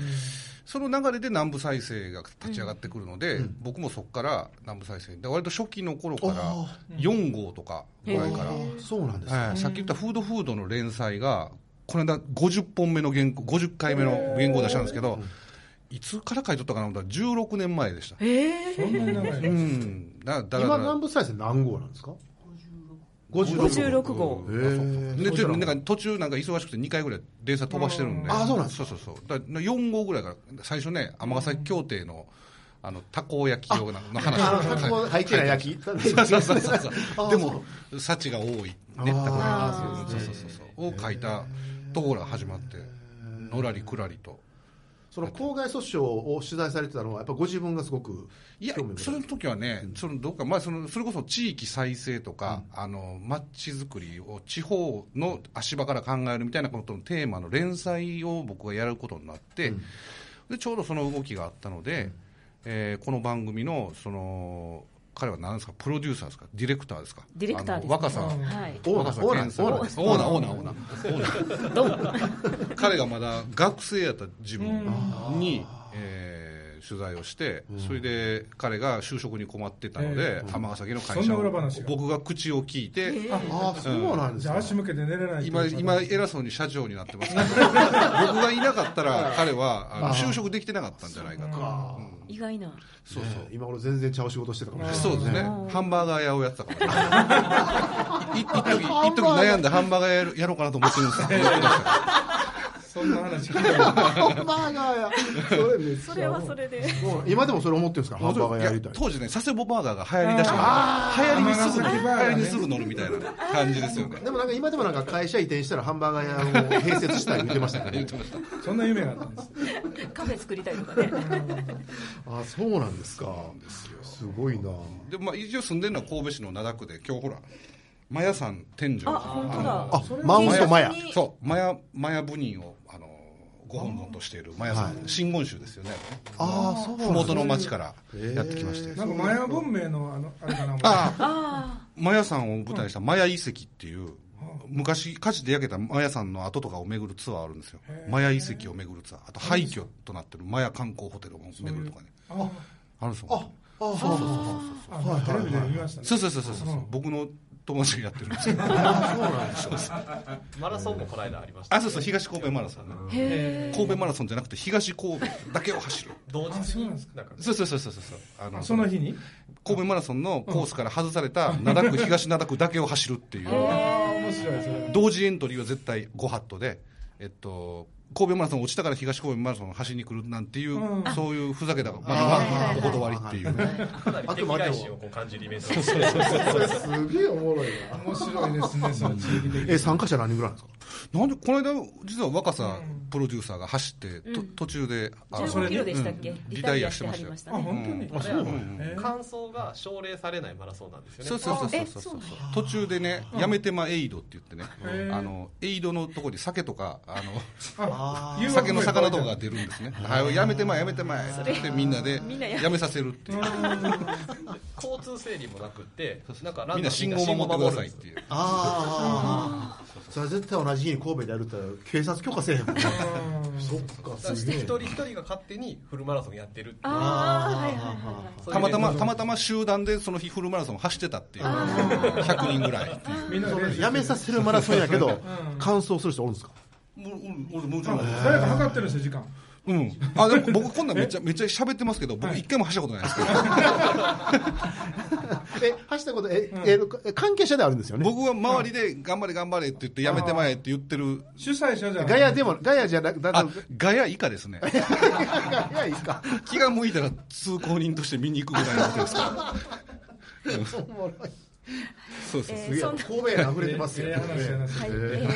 [SPEAKER 6] その流れで南部再生が立ち上がってくるので、僕もそこから南部再生で割と初期の頃から
[SPEAKER 2] あ
[SPEAKER 6] 4号とかぐらいから、
[SPEAKER 2] そうなんですね、
[SPEAKER 6] はいさっき言った「フードフード」の連載がこの間50本目の原稿50回目の原稿を出したんですけどいつから書いとったかなと思ったら16年前でした
[SPEAKER 4] そんなに長いの
[SPEAKER 6] うんだだ
[SPEAKER 2] 今
[SPEAKER 6] だだ
[SPEAKER 2] 南部再生何号なんですか56
[SPEAKER 5] 56
[SPEAKER 2] 号
[SPEAKER 5] 号
[SPEAKER 2] へー
[SPEAKER 6] ででなんか途中なんか忙しくて2回ぐらい連載飛ばしてるんで、
[SPEAKER 2] あーそうなんです
[SPEAKER 6] そうそうそうだから4号ぐらいから最初ね尼崎協定のあのたこ焼き用のの話
[SPEAKER 2] あの箱
[SPEAKER 6] は
[SPEAKER 2] の
[SPEAKER 6] い
[SPEAKER 2] 入ってない焼き
[SPEAKER 6] そうそうそうそう
[SPEAKER 2] あーそ
[SPEAKER 6] でも幸が多いねたこ焼き
[SPEAKER 2] あー
[SPEAKER 6] そうそうそうそうを書いたところが始まってのらりくらりと
[SPEAKER 2] その公害訴訟を取材されてたのはやっぱご自分がすごく
[SPEAKER 6] いや
[SPEAKER 2] 興味深い
[SPEAKER 6] その時はね、そのどっか、まあ、そのそれこそ地域再生とか、あのマッチづくりを地方の足場から考えるみたいなことのテーマの連載を僕がやることになって、でちょうどその動きがあったので、えーこの番組のその彼は何ですかプロデューサーですかディレクターですか
[SPEAKER 5] ディレクターです
[SPEAKER 6] あの若さん
[SPEAKER 5] はい、
[SPEAKER 2] オーナー
[SPEAKER 6] 若さ
[SPEAKER 2] オーナ
[SPEAKER 6] 健
[SPEAKER 2] ー
[SPEAKER 6] さん
[SPEAKER 2] オー
[SPEAKER 6] オー
[SPEAKER 2] ナー
[SPEAKER 6] ナ
[SPEAKER 2] です
[SPEAKER 6] ーオーナーオーナーオーナーオーナー
[SPEAKER 5] ドン
[SPEAKER 6] 彼がまだ学生やった自分に、えー取材をして、それで彼が就職に困ってたので尼崎の会
[SPEAKER 4] そん
[SPEAKER 6] 社
[SPEAKER 4] な裏
[SPEAKER 6] を
[SPEAKER 4] 話が
[SPEAKER 6] 僕が口を聞いて
[SPEAKER 2] ああそうなんです
[SPEAKER 4] じゃあ
[SPEAKER 2] か
[SPEAKER 4] 足向けて寝れない
[SPEAKER 6] 今今偉そうに社長になってますけど僕 がいなかったら彼はあの就職できてなかったんじゃないかと
[SPEAKER 2] あ
[SPEAKER 5] 意外な
[SPEAKER 6] そう
[SPEAKER 2] ーね今頃全然ちゃう仕事してたかもしれない
[SPEAKER 6] そうですねハンバーガー屋をやってたからい一時一時悩んでハンバーガーやるやろうかなと思ってるん ですけど
[SPEAKER 4] そんな話聞いたことない
[SPEAKER 2] ハンバーガーやそれめっちゃ
[SPEAKER 5] それはそれで
[SPEAKER 2] そう今でもそれ思ってるんですからハンバーガーやりたい
[SPEAKER 6] や当時ね佐世保バーガーが流行りだしたから流行りにすぐ
[SPEAKER 4] 尼崎バーガーね
[SPEAKER 6] 流行りにすぐ乗るみたいな感じですよね
[SPEAKER 2] でもなんか今でもなんか会社移転したらハンバーガー屋を併設したい言ってま したね
[SPEAKER 6] 言ってました
[SPEAKER 4] そんな夢があったんです
[SPEAKER 5] カフェ作りたいとかね
[SPEAKER 2] あそうなんですかすごいな
[SPEAKER 6] でまあ一応住んでるのは神戸市の灘区で今日ほらマヤさん天井
[SPEAKER 5] あ本当だ
[SPEAKER 2] あマウントマヤ
[SPEAKER 5] それに
[SPEAKER 6] そうマヤマヤ部人をあのご本尊としているマヤさん、真言宗ですよね
[SPEAKER 2] ああそうなんだ
[SPEAKER 6] 麓の町からやってきまして、
[SPEAKER 4] なんかマヤ文明のあのあれかなもう
[SPEAKER 6] ああマヤさんを舞台にしたマヤ遺跡っていう昔火事で焼けたマヤさんの跡とかを巡るツアーあるんですよマヤ遺跡を巡るツアーあと廃墟となってるマヤ観光ホテルを巡るとかね
[SPEAKER 4] あ
[SPEAKER 6] あるんですよ
[SPEAKER 2] あそうそうそうそう
[SPEAKER 4] あまあテレビで見ましたね
[SPEAKER 6] そうそうそうそうそう僕の友達がやってるんですよ
[SPEAKER 3] マラソンもこの間ありました。
[SPEAKER 6] あそうそう東神戸マラソンね
[SPEAKER 5] へ
[SPEAKER 6] 神戸マラソンじゃなくて東神戸だけを走る
[SPEAKER 3] 同
[SPEAKER 4] あ
[SPEAKER 3] 日
[SPEAKER 4] そう
[SPEAKER 3] に
[SPEAKER 4] なんですか
[SPEAKER 3] なんか
[SPEAKER 6] そうそうそうそうそうあの
[SPEAKER 4] その日に
[SPEAKER 6] 神戸マラソンのコースから外された灘区東灘区だけを走るっていう
[SPEAKER 4] 面白いそれ
[SPEAKER 6] 同時エントリーは絶対5ハットで、えっと、神戸マラソン落ちたから東神戸マラソン走りに来るなんていう、
[SPEAKER 4] うん
[SPEAKER 6] そういうふざけたまあ、お断りっていう。
[SPEAKER 3] かなり敵外心をこう感じるイベントですね。
[SPEAKER 2] すげえおもろいな
[SPEAKER 4] 面白いですねその地域的に
[SPEAKER 2] え参加者何人ぐらいなんですか
[SPEAKER 6] なんでこの間実は若さプロデューサーが走って、と
[SPEAKER 5] うん
[SPEAKER 6] 途中であの
[SPEAKER 5] 15キロでしたっけ、
[SPEAKER 6] うんリタイアしてましたよ
[SPEAKER 5] リタイア
[SPEAKER 4] あ
[SPEAKER 5] はりま
[SPEAKER 4] 本当に、
[SPEAKER 6] うんあそう
[SPEAKER 4] な
[SPEAKER 6] なんん
[SPEAKER 4] や
[SPEAKER 6] や
[SPEAKER 4] えー
[SPEAKER 3] 感想が奨励されないマラソンなんですよね
[SPEAKER 6] そうそうそうそう
[SPEAKER 5] あえ
[SPEAKER 6] そう
[SPEAKER 5] そうなん
[SPEAKER 6] 途中でね、やめてまエイドって言ってね
[SPEAKER 4] へー
[SPEAKER 6] あのエイドのとこに酒とかあの
[SPEAKER 4] あ誘惑
[SPEAKER 6] 酒の魚とかが出るんですねはいやめてまやめてまえって言ってみんなで
[SPEAKER 5] みんなや
[SPEAKER 6] やめさせるっていう
[SPEAKER 3] 交通整理もなくってなんかランナー
[SPEAKER 6] みんな信号を守ってくださいっていう
[SPEAKER 2] ああそれは絶対同じ日に神戸でやるって言ったら警察許可せえへん もんねそっか
[SPEAKER 3] だから
[SPEAKER 2] す
[SPEAKER 3] 一
[SPEAKER 2] げえ
[SPEAKER 3] 人一人が勝手にフルマラソンやってるっていう
[SPEAKER 5] あー
[SPEAKER 2] あー
[SPEAKER 5] はいはいはいはい
[SPEAKER 3] そういう
[SPEAKER 6] たまたまたまたま集団でその日フルマラソン走ってたっていう100人ぐらいっていう
[SPEAKER 4] みんな
[SPEAKER 2] そ
[SPEAKER 4] で
[SPEAKER 2] れ
[SPEAKER 4] 練習
[SPEAKER 2] やめさせるマラソンやけど完走する人おるんですか
[SPEAKER 6] もうもうもちろん
[SPEAKER 4] あ誰か測ってるんですよ時間
[SPEAKER 6] うん、あでも僕こんなんめっちゃめっちゃ喋ってますけど僕一回も走ったことないですけど、
[SPEAKER 2] え走ったことええ関係者ではあるんですよね
[SPEAKER 6] 僕は周りで頑張れ頑張れって言ってやめてまえって言ってる
[SPEAKER 4] 主催者じゃん
[SPEAKER 2] ガヤでもガヤじゃなくだ
[SPEAKER 6] あガヤ以下です ね
[SPEAKER 2] ガヤいいか
[SPEAKER 6] 気が向いたら通行人として見に行くぐらいのことです から
[SPEAKER 2] おもろい
[SPEAKER 6] そうそう
[SPEAKER 5] え
[SPEAKER 2] すげえ
[SPEAKER 5] そん
[SPEAKER 2] 神
[SPEAKER 5] な
[SPEAKER 2] 戸へ溢れてますよ
[SPEAKER 4] ええ話やなそれ
[SPEAKER 5] はい、え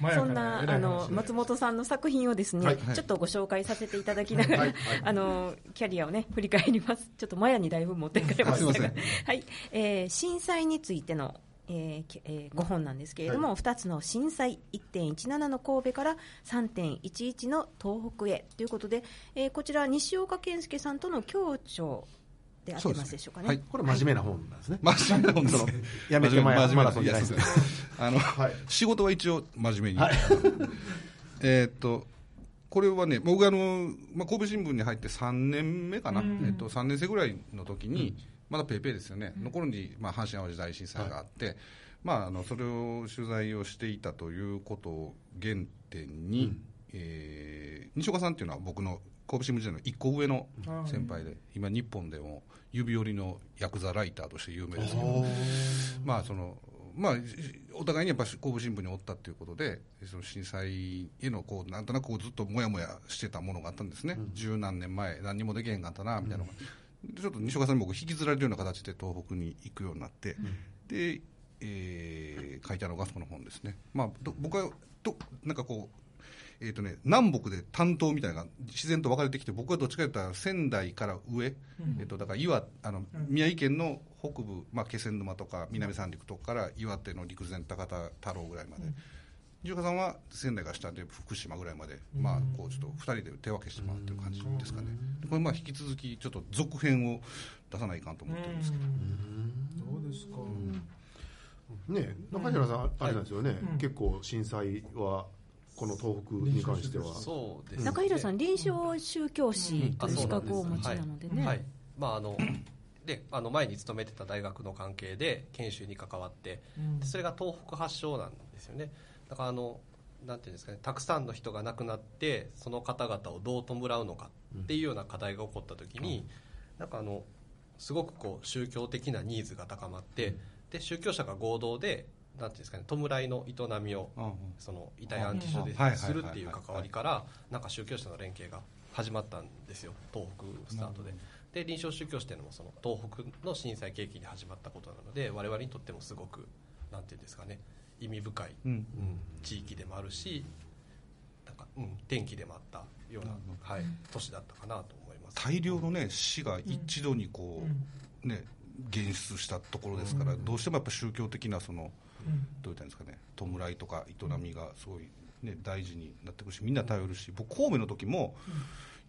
[SPEAKER 4] 前
[SPEAKER 5] ー、
[SPEAKER 4] やか
[SPEAKER 5] そ
[SPEAKER 4] ら
[SPEAKER 5] んな
[SPEAKER 4] 偉い話
[SPEAKER 5] あの松本さんの作品をですね、
[SPEAKER 2] はい
[SPEAKER 5] ちょっとご紹介させていただきながら、
[SPEAKER 2] はいはい
[SPEAKER 5] あのキャリアをね振り返ります。ちょっとマヤにだいぶ持ってかれまし
[SPEAKER 6] あ
[SPEAKER 5] た
[SPEAKER 6] すい
[SPEAKER 5] が
[SPEAKER 6] ませ、
[SPEAKER 5] はい、えー震災についての。えーきえー、5本なんですけれども、2つの震災1.17の神戸から3.11の東北へということで、えーこちら西岡健介さんとの共著であってますでしょうかね。
[SPEAKER 6] そうですね
[SPEAKER 2] これ真面目な本なんですね
[SPEAKER 6] 真面目な本ですね
[SPEAKER 2] やめてまえ
[SPEAKER 6] 真面目
[SPEAKER 2] マラソンじゃないです
[SPEAKER 6] やそうですあの、
[SPEAKER 2] はい
[SPEAKER 6] 仕事は一応真面目に、えーっとこれはね僕あの、まあ、神戸新聞に入って3年目かな、えっと、3年生ぐらいの時に、まだペーペーですよね、の頃に、まあ、阪神・淡路大震災があって、まあ、あのそれを取材をしていたということを原点に、えー西岡さんっていうのは僕の神戸新聞時代の1個上の先輩で、今日本でも指折りのヤクザライターとして有名ですけどまあそのまあ、じお互いにやっぱし神戸新聞におったということでその震災へのこうなんとなくこうずっともやもやしてたものがあったんですね、十何年前何にもできへんかったなみたいなのが、でちょっと西岡さんに僕引きずられるような形で東北に行くようになって、で、えー書いたのがその本ですね、まあ、ど僕はどなんかこうえーとね、南北で担当みたいなのが自然と分かれてきて僕はどっちかというと仙台から上、えー、とだから岩あの宮城県の北部、まあ、気仙沼とか南三陸とかから岩手の陸前高田太郎ぐらいまで、重岡さんは仙台から下で福島ぐらいまで、まあ、こうちょっと2人で手分けしてもらってる感じですかね、これまあ引き続きちょっと続編を出さないかんと思ってるんですけど、
[SPEAKER 4] どうですか、
[SPEAKER 2] ね中島さんあれなんですよね結構震災はこの東北に関しては
[SPEAKER 3] そうですね
[SPEAKER 5] 中平さん、臨床宗教師という資格をお持ちなのでね、
[SPEAKER 3] はいまああのであの前に勤めてた大学の関係で研修に関わってでそれが東北発祥なんですよねだからあのなんていうんですかねたくさんの人が亡くなってその方々をどう弔うのかっていうような課題が起こった時に、なんかあのすごくこう宗教的なニーズが高まって、で宗教者が合同でなんていうんですかね弔いの営みを
[SPEAKER 6] うんうん
[SPEAKER 3] その遺体安置所で
[SPEAKER 6] うん
[SPEAKER 3] するっていう
[SPEAKER 6] はいはいはいはい
[SPEAKER 3] 関わりからなんか宗教者の連携が始まったんですよ東北スタートで。で臨床宗教士っていうのもその東北の震災契機に始まったことなので我々にとってもすごくなんていうんですかね意味深い、
[SPEAKER 6] うん
[SPEAKER 3] うん地域でもあるしなんか、うん、天気でもあったような、はい、年だったかなと思います。
[SPEAKER 6] 大量の、ね、死が一度にこう、ね、現出したところですから、どうしてもやっぱ宗教的なその、どういったんですかね弔いとか営みがすごい、ね、大事になってくるしみんな頼るし僕神戸の時も、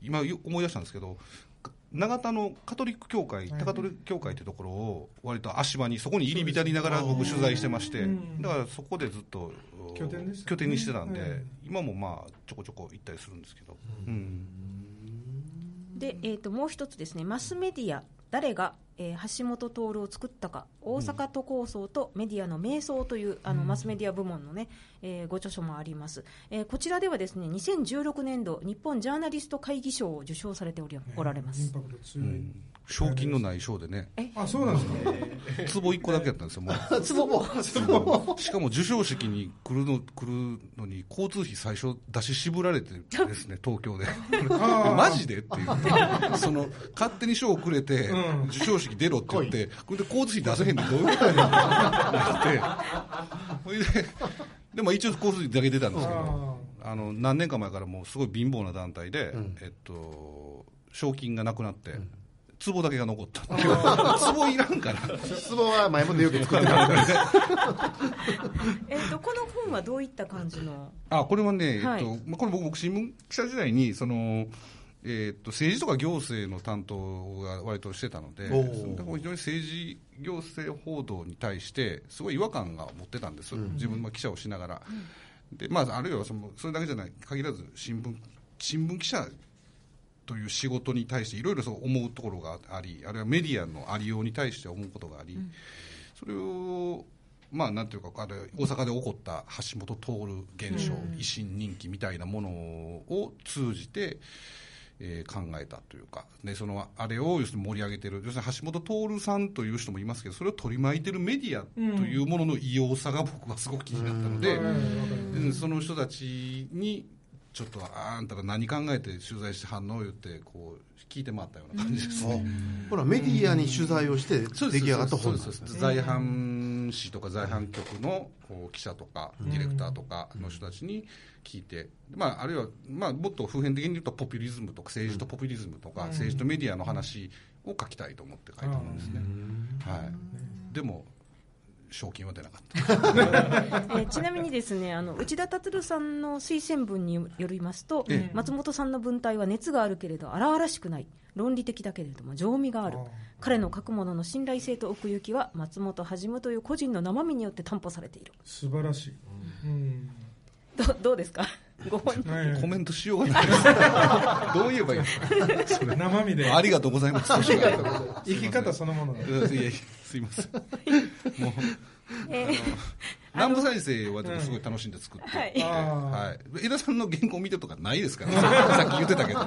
[SPEAKER 6] 今よ思い出したんですけどか永田のカトリック教会高取教会ってところを割と足場にそこに入り浸りながら僕取材してまして
[SPEAKER 4] うん
[SPEAKER 6] だからそこでずっとお
[SPEAKER 4] 拠点でしたね
[SPEAKER 6] 拠点にしてたんで、
[SPEAKER 4] うん
[SPEAKER 6] 今もまあちょこちょこ行ったりするんですけど、うん
[SPEAKER 5] でえー、ともう一つですね、マスメディア、誰が、えー橋本徹を作ったか、大阪都構想とメディアの瞑想という、あのマスメディア部門の、ねえーご著書もあります、えーこちらではですね2016年度、日本ジャーナリスト会議賞を受賞されておりおられま
[SPEAKER 4] イ
[SPEAKER 5] す
[SPEAKER 4] ン。パクト強い、
[SPEAKER 6] 賞金のない賞でね
[SPEAKER 4] あそうなんですか、
[SPEAKER 6] 壺1個だけやったんで すよ、もう
[SPEAKER 2] つぼも
[SPEAKER 6] しかも授賞式に来るの来るのに、交通費最初、出し渋られてです ね、東京で、
[SPEAKER 4] ー
[SPEAKER 6] マジでってい う、その勝手に賞をくれて、
[SPEAKER 4] うん
[SPEAKER 6] 授賞式出ろって言 って、これで交通費出せへんのどういうことやねんってなって、ほいで、でも一応コースだけ出たんですけ
[SPEAKER 4] あ
[SPEAKER 6] ど、あの何年か前からもうすごい貧乏な団体で、えっと、賞金がなくなって、壺だけが残ったって いう、壺いらんから、
[SPEAKER 2] 質問は前もでよく作ってたんです
[SPEAKER 5] えっとこの本はどういった感じの
[SPEAKER 6] あこれはね、えっと
[SPEAKER 5] はい
[SPEAKER 6] まあ、これ僕、僕新聞記者時代にその、えっと政治とか行政の担当が割としてたので、
[SPEAKER 2] おー
[SPEAKER 6] そのだから非常に政治、行政報道に対して、すごい違和感が持ってたんです、自分も記者をしながら。でまあ、あるいはそのそれだけじゃない、限らず新聞新聞記者という仕事に対していろいろそう思うところがありあるいはメディアのありように対して思うことがあり、それを、まあ、なんていうかあれ大阪で起こった橋本徹現象、維新人気みたいなものを通じて、えー考えたというかでそのあれを要するに盛り上げてる要するに橋本徹さんという人もいますけどそれを取り巻いてるメディアというものの異様さが僕はすごく気になったので。
[SPEAKER 4] はいわかりま
[SPEAKER 6] うんその人たちにちょっとあんたら何考えて取材して反応を言ってこう聞いて回ったような感じですね。
[SPEAKER 2] ほら、メディアに取材をして
[SPEAKER 6] そう
[SPEAKER 2] 出来上がった
[SPEAKER 6] そ
[SPEAKER 2] 本
[SPEAKER 6] う
[SPEAKER 2] なん
[SPEAKER 6] そう
[SPEAKER 2] です
[SPEAKER 6] そ
[SPEAKER 2] ね
[SPEAKER 6] うです在阪市とか在阪局のこう記者とかディレクターとかの人たちに聞いて、まあ、あるいは、まあ、もっと普遍的に言うとポピュリズムとか政治とポピュリズムとか政治とメディアの話を書きたいと思って書いたんですね、はい、でも賞金は出なかった
[SPEAKER 5] えーちなみにですねあの内田達郎さんの推薦文によりますと、
[SPEAKER 6] え
[SPEAKER 5] 松本さんの文体は熱があるけれど荒々しくない論理的だけれども情味がある
[SPEAKER 4] あー
[SPEAKER 5] 彼の書くものの信頼性と奥行きは松本はじむという個人の生身によって担保されている
[SPEAKER 4] 素晴らしい、うん
[SPEAKER 5] どどうですかご本人
[SPEAKER 4] はい
[SPEAKER 6] コメントしようがないです どう言えばいいですか
[SPEAKER 4] 生身で
[SPEAKER 6] ありがとうござい ます。ありがとうございま
[SPEAKER 4] 生き方そのものだ
[SPEAKER 6] す。いやいや、すいません。もう、
[SPEAKER 5] え
[SPEAKER 6] 南部再生はでもすごい楽しんで作って。
[SPEAKER 5] はい
[SPEAKER 6] えーはい。江田さんの原稿見てとかないです からね。さっき言ってた けど。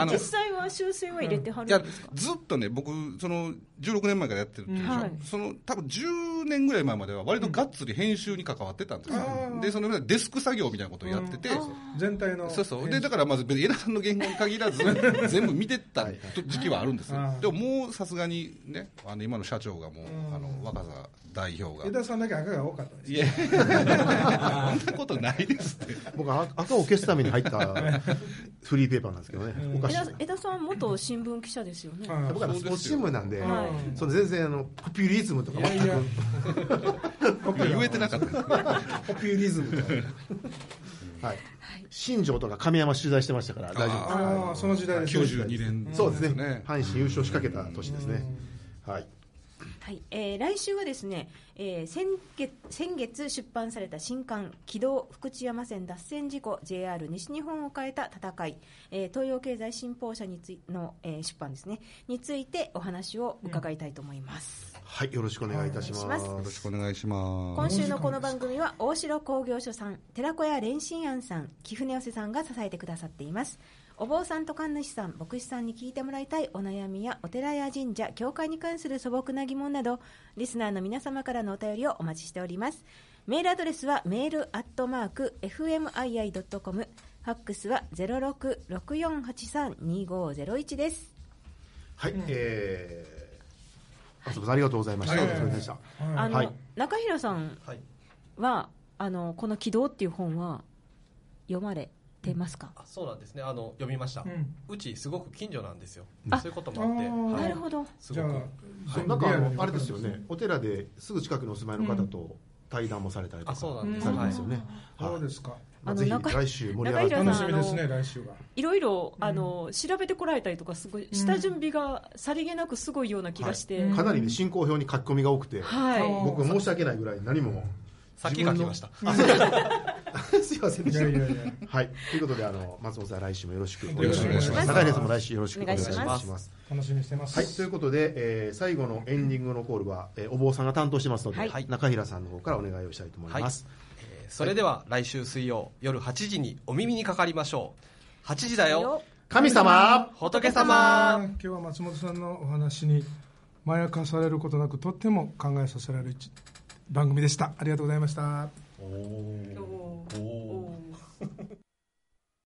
[SPEAKER 6] あの
[SPEAKER 5] 実、際は修正は入れてはい
[SPEAKER 6] や
[SPEAKER 5] るんですか、
[SPEAKER 6] ずっとね、僕、その、16年前からやってるって言うでしょ
[SPEAKER 5] うんはい
[SPEAKER 6] その、多分10年ぐらい前までは、割とがっつり編集に関わってたんですよ。で、そのデスク作業みたいなことをやってて、
[SPEAKER 4] 全体の
[SPEAKER 6] そうそう、でだからまず、江田さんの言語に限 らず、全部見てった時期はあるんですよ
[SPEAKER 4] はい、
[SPEAKER 6] でももうさすがにね、あの今の社長がもう、
[SPEAKER 4] うん
[SPEAKER 6] あの若さ代表
[SPEAKER 4] 江
[SPEAKER 6] が。
[SPEAKER 4] 田さんだけ赤が多かったです
[SPEAKER 6] いや、そんなことないですって。
[SPEAKER 2] 僕は赤を消すために入 ったフリーペーパーなんですけどね、おかしい
[SPEAKER 5] 江田江田さんは元新聞記者ですよね、
[SPEAKER 4] はい
[SPEAKER 2] 僕はスポーツ新聞なんで、
[SPEAKER 5] はい
[SPEAKER 2] その全然あのポピュリズムとか
[SPEAKER 4] いやい
[SPEAKER 2] 全く
[SPEAKER 4] や
[SPEAKER 6] 言えてなかったです
[SPEAKER 2] ポピュリズムとか、はい、新庄とか亀山取材してましたから大丈夫ですはい
[SPEAKER 4] ああその時代です
[SPEAKER 6] 92年
[SPEAKER 2] そうですね阪神優勝しかけた年ですね、はい、
[SPEAKER 5] はいえー来週はですね、えー先月先月出版された新刊「軌道福知山線脱線事故 JR 西日本を変えた戦い」えー東洋経済新報社についの、えー出版ですねについてお話を伺いたいと思います、
[SPEAKER 2] はい、よろしくお願いいたします
[SPEAKER 5] お願いしま
[SPEAKER 6] よろしくお願いしま
[SPEAKER 5] 今
[SPEAKER 6] す。
[SPEAKER 5] 週のこの番組は大城工業所さん寺子屋蓮心庵さん貴船寄せさんが支えてくださっていますお坊さんと神主さん牧師さんに聞いてもらいたいお悩みやお寺や神社教会に関する素朴な疑問などリスナーの皆様からのお便りをお待ちしておりますメールアドレスはメールアットマーク FMII.com ファックスは0664832501です
[SPEAKER 2] はい、えー、あそこさんありがとうございました、
[SPEAKER 4] は
[SPEAKER 2] お
[SPEAKER 4] い
[SPEAKER 2] 疲れ様でした
[SPEAKER 4] はい
[SPEAKER 5] あの、
[SPEAKER 2] はい
[SPEAKER 5] 中平さん
[SPEAKER 3] はい
[SPEAKER 5] はあのこの「軌道」っていう本は読まれてますか、
[SPEAKER 3] あそうなんですねあの読みました、
[SPEAKER 4] う
[SPEAKER 3] うんちすごく近所なんですよ、
[SPEAKER 5] あ
[SPEAKER 3] そういうこともあって
[SPEAKER 4] あー
[SPEAKER 3] はい
[SPEAKER 5] なるほど
[SPEAKER 3] す
[SPEAKER 4] じ
[SPEAKER 3] ご
[SPEAKER 4] ゃあ
[SPEAKER 3] く
[SPEAKER 2] そうなんかあのあれですよねお寺ですぐ近くにお住まいの方と対談もされたりとか
[SPEAKER 3] あそうな
[SPEAKER 2] さ
[SPEAKER 3] ん
[SPEAKER 2] れて
[SPEAKER 3] です、は
[SPEAKER 2] ま
[SPEAKER 3] い
[SPEAKER 2] すよね、
[SPEAKER 4] そ
[SPEAKER 2] は
[SPEAKER 4] う
[SPEAKER 2] い
[SPEAKER 4] ですか
[SPEAKER 2] まあ
[SPEAKER 5] あの
[SPEAKER 2] ぜひ
[SPEAKER 5] 中
[SPEAKER 2] 来週盛り上がっ
[SPEAKER 5] 中井
[SPEAKER 2] て
[SPEAKER 5] さん
[SPEAKER 4] 楽しみですね来週はい
[SPEAKER 5] ろいろあの調べてこられたりとかすごい下準備がさりげなくすごいような気がして、
[SPEAKER 2] かなりね進行表に書き込みが多くて、
[SPEAKER 5] はい、
[SPEAKER 4] あ
[SPEAKER 2] 僕申し訳ないぐらい何も
[SPEAKER 3] さっき書きました
[SPEAKER 2] あそうですかすいませんで
[SPEAKER 4] い
[SPEAKER 2] し
[SPEAKER 4] やい
[SPEAKER 2] た
[SPEAKER 4] やいや
[SPEAKER 2] はい、ということであの松本さん来週もよろしくお
[SPEAKER 4] よろしくお願いします
[SPEAKER 2] 中井さんも来週よろしくお願いし
[SPEAKER 5] お願
[SPEAKER 2] ま
[SPEAKER 5] い
[SPEAKER 2] す
[SPEAKER 5] し
[SPEAKER 4] 楽しみにしてま
[SPEAKER 2] はい、
[SPEAKER 4] す
[SPEAKER 2] ということで、えー最後のエンディングのコールは、えーお坊さんが担当してますので、
[SPEAKER 3] はい
[SPEAKER 2] 中平さんの方からお願いをしたいと思います。
[SPEAKER 3] えーそれでは来週水曜夜8時にお耳にかかりましょう8時だよ
[SPEAKER 2] 神様
[SPEAKER 3] 仏
[SPEAKER 4] あー
[SPEAKER 3] 様
[SPEAKER 4] 今日は松本さんのお話にまやかされることなくとっても考えさせられる一番組でしたありがとうございました
[SPEAKER 5] おーおー